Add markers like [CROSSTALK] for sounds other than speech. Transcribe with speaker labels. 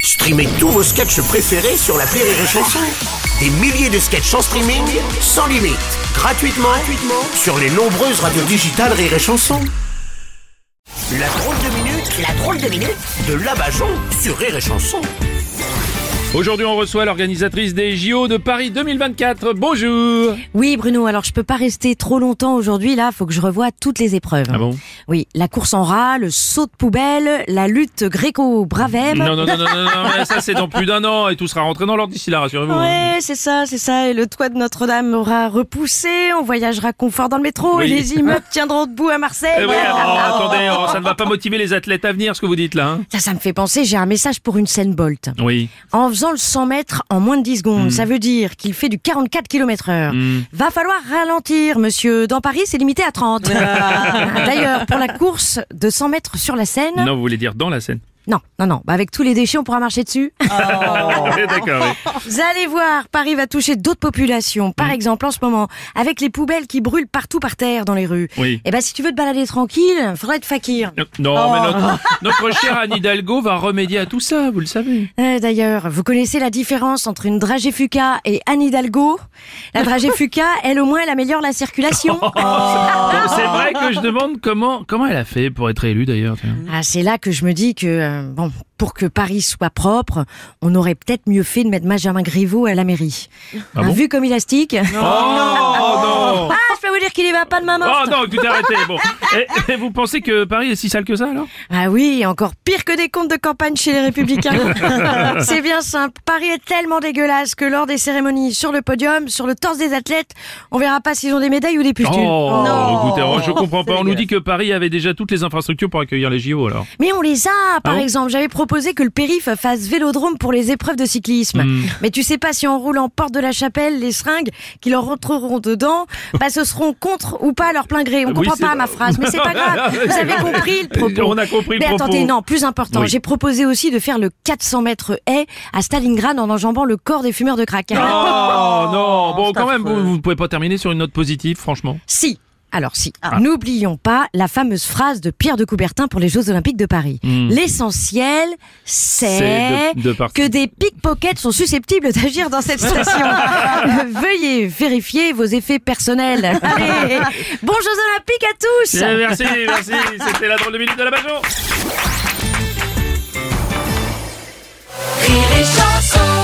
Speaker 1: Streamez tous vos sketchs préférés sur la Rire et Chanson. Des milliers de sketchs en streaming, sans limite, gratuitement, gratuitement sur les nombreuses radios digitales Rire et Chanson. La drôle de minute, la drôle de minute de Labajon sur Rire et Chanson.
Speaker 2: Aujourd'hui, on reçoit l'organisatrice des JO de Paris 2024. Bonjour.
Speaker 3: Oui, Bruno, alors je peux pas rester trop longtemps aujourd'hui, là, faut que je revoie toutes les épreuves.
Speaker 2: Ah bon
Speaker 3: Oui, la course en rat, le saut de poubelle, la lutte gréco-bravem.
Speaker 2: Non, non, non, non, non, non, mais ça c'est dans plus d'un an et tout sera rentré dans l'ordre d'ici là, rassurez-vous.
Speaker 3: Ouais, c'est ça, c'est ça. Et le toit de Notre-Dame aura repoussé, on voyagera confort dans le métro,
Speaker 2: Oui.
Speaker 3: et les immeubles tiendront debout à Marseille.
Speaker 2: Eh oui, oh, attendez, oh, ça ne va pas motiver les athlètes à venir, ce que vous dites là. hein.
Speaker 3: Ça, ça me fait penser, j'ai un message pour une scène Bolt.
Speaker 2: oui.
Speaker 3: En faisant le 100 mètres en moins de 10 secondes, ça veut dire qu'il fait du 44 km heure. Va falloir ralentir, monsieur. Dans Paris, c'est limité à 30. [LAUGHS] D'ailleurs, pour la course de 100 mètres sur la Seine,
Speaker 2: Non, vous voulez dire dans la scène.
Speaker 3: non, non, non. Bah, avec tous les déchets, on pourra marcher dessus.
Speaker 2: Ah, [LAUGHS] Oui, D'accord. oui.
Speaker 3: Vous allez voir, Paris va toucher d'autres populations. Par exemple, en ce moment, avec les poubelles qui brûlent partout par terre dans les rues.
Speaker 2: Oui.
Speaker 3: Eh ben, si tu veux te balader tranquille, faudrait être fakir.
Speaker 2: Non, mais notre, notre chère Anne Hidalgo va remédier à tout ça, vous le savez.
Speaker 3: Euh, D'ailleurs, vous connaissez la différence entre une dragée Fuca et Anne Hidalgo La dragée Fuca, elle au moins, elle améliore la circulation.
Speaker 2: Non, C'est vrai que je demande comment comment elle a fait pour être élue d'ailleurs. tiens.
Speaker 3: Ah, c'est là que je me dis que, euh, bon, pour que Paris soit propre, on aurait peut-être mieux fait de mettre Benjamin Griveaux à la mairie.
Speaker 2: Ah
Speaker 3: Hein,
Speaker 2: bon
Speaker 3: vu comme il astique.
Speaker 2: Oh non
Speaker 3: Ah, je peux vous dire qu'il y va pas de maman.
Speaker 2: Oh non, écoutez, arrêtez. Bon. Et, et vous pensez que Paris est si sale que ça alors
Speaker 3: Ah oui, encore pire que des comptes de campagne chez
Speaker 2: [LAUGHS]
Speaker 3: les Républicains. c'est bien simple. Paris est tellement dégueulasse que lors des cérémonies sur le podium, sur le torse des athlètes, on verra pas s'ils ont des médailles ou des pustules.
Speaker 2: Oh, écoutez, oh, je comprends pas. On nous dit que Paris avait déjà toutes les infrastructures pour accueillir les JO alors.
Speaker 3: Mais on les a, par
Speaker 2: Ah bon
Speaker 3: exemple. J'avais proposé que le périph fasse vélodrome pour les épreuves de
Speaker 2: Hmm.
Speaker 3: cyclisme. Mais tu sais pas si en roulant porte de la chapelle, les seringues qui leur
Speaker 2: [LAUGHS]
Speaker 3: rentreront dedans, bah, ce seront contre ou pas à leur plein gré. On
Speaker 2: Oui,
Speaker 3: comprend
Speaker 2: c'est
Speaker 3: pas
Speaker 2: vrai.
Speaker 3: ma phrase, mais c'est pas
Speaker 2: [LAUGHS]
Speaker 3: grave. Vous avez compris le propos.
Speaker 2: On a compris le
Speaker 3: mais
Speaker 2: propos.
Speaker 3: attendez, non, plus important.
Speaker 2: Oui.
Speaker 3: J'ai proposé aussi de faire le 400 mètres haie à Stalingrad en enjambant le corps des fumeurs de crack.
Speaker 2: Oh non, bon quand même, vous, vous pouvez pas terminer sur une note positive, franchement.
Speaker 3: Si. Alors si,
Speaker 2: Ah.
Speaker 3: n'oublions pas la fameuse phrase de Pierre de Coubertin pour les Jeux Olympiques de Paris. L'essentiel, c'est
Speaker 2: Hmm. C'est de- de partir.
Speaker 3: que des pickpockets sont susceptibles d'agir dans cette station. Veuillez vérifier vos effets personnels. Allez, bons Jeux Olympiques à tous
Speaker 2: Eh, Merci, merci. C'était la drôle de minute de la Bajon.
Speaker 4: Rire et chanson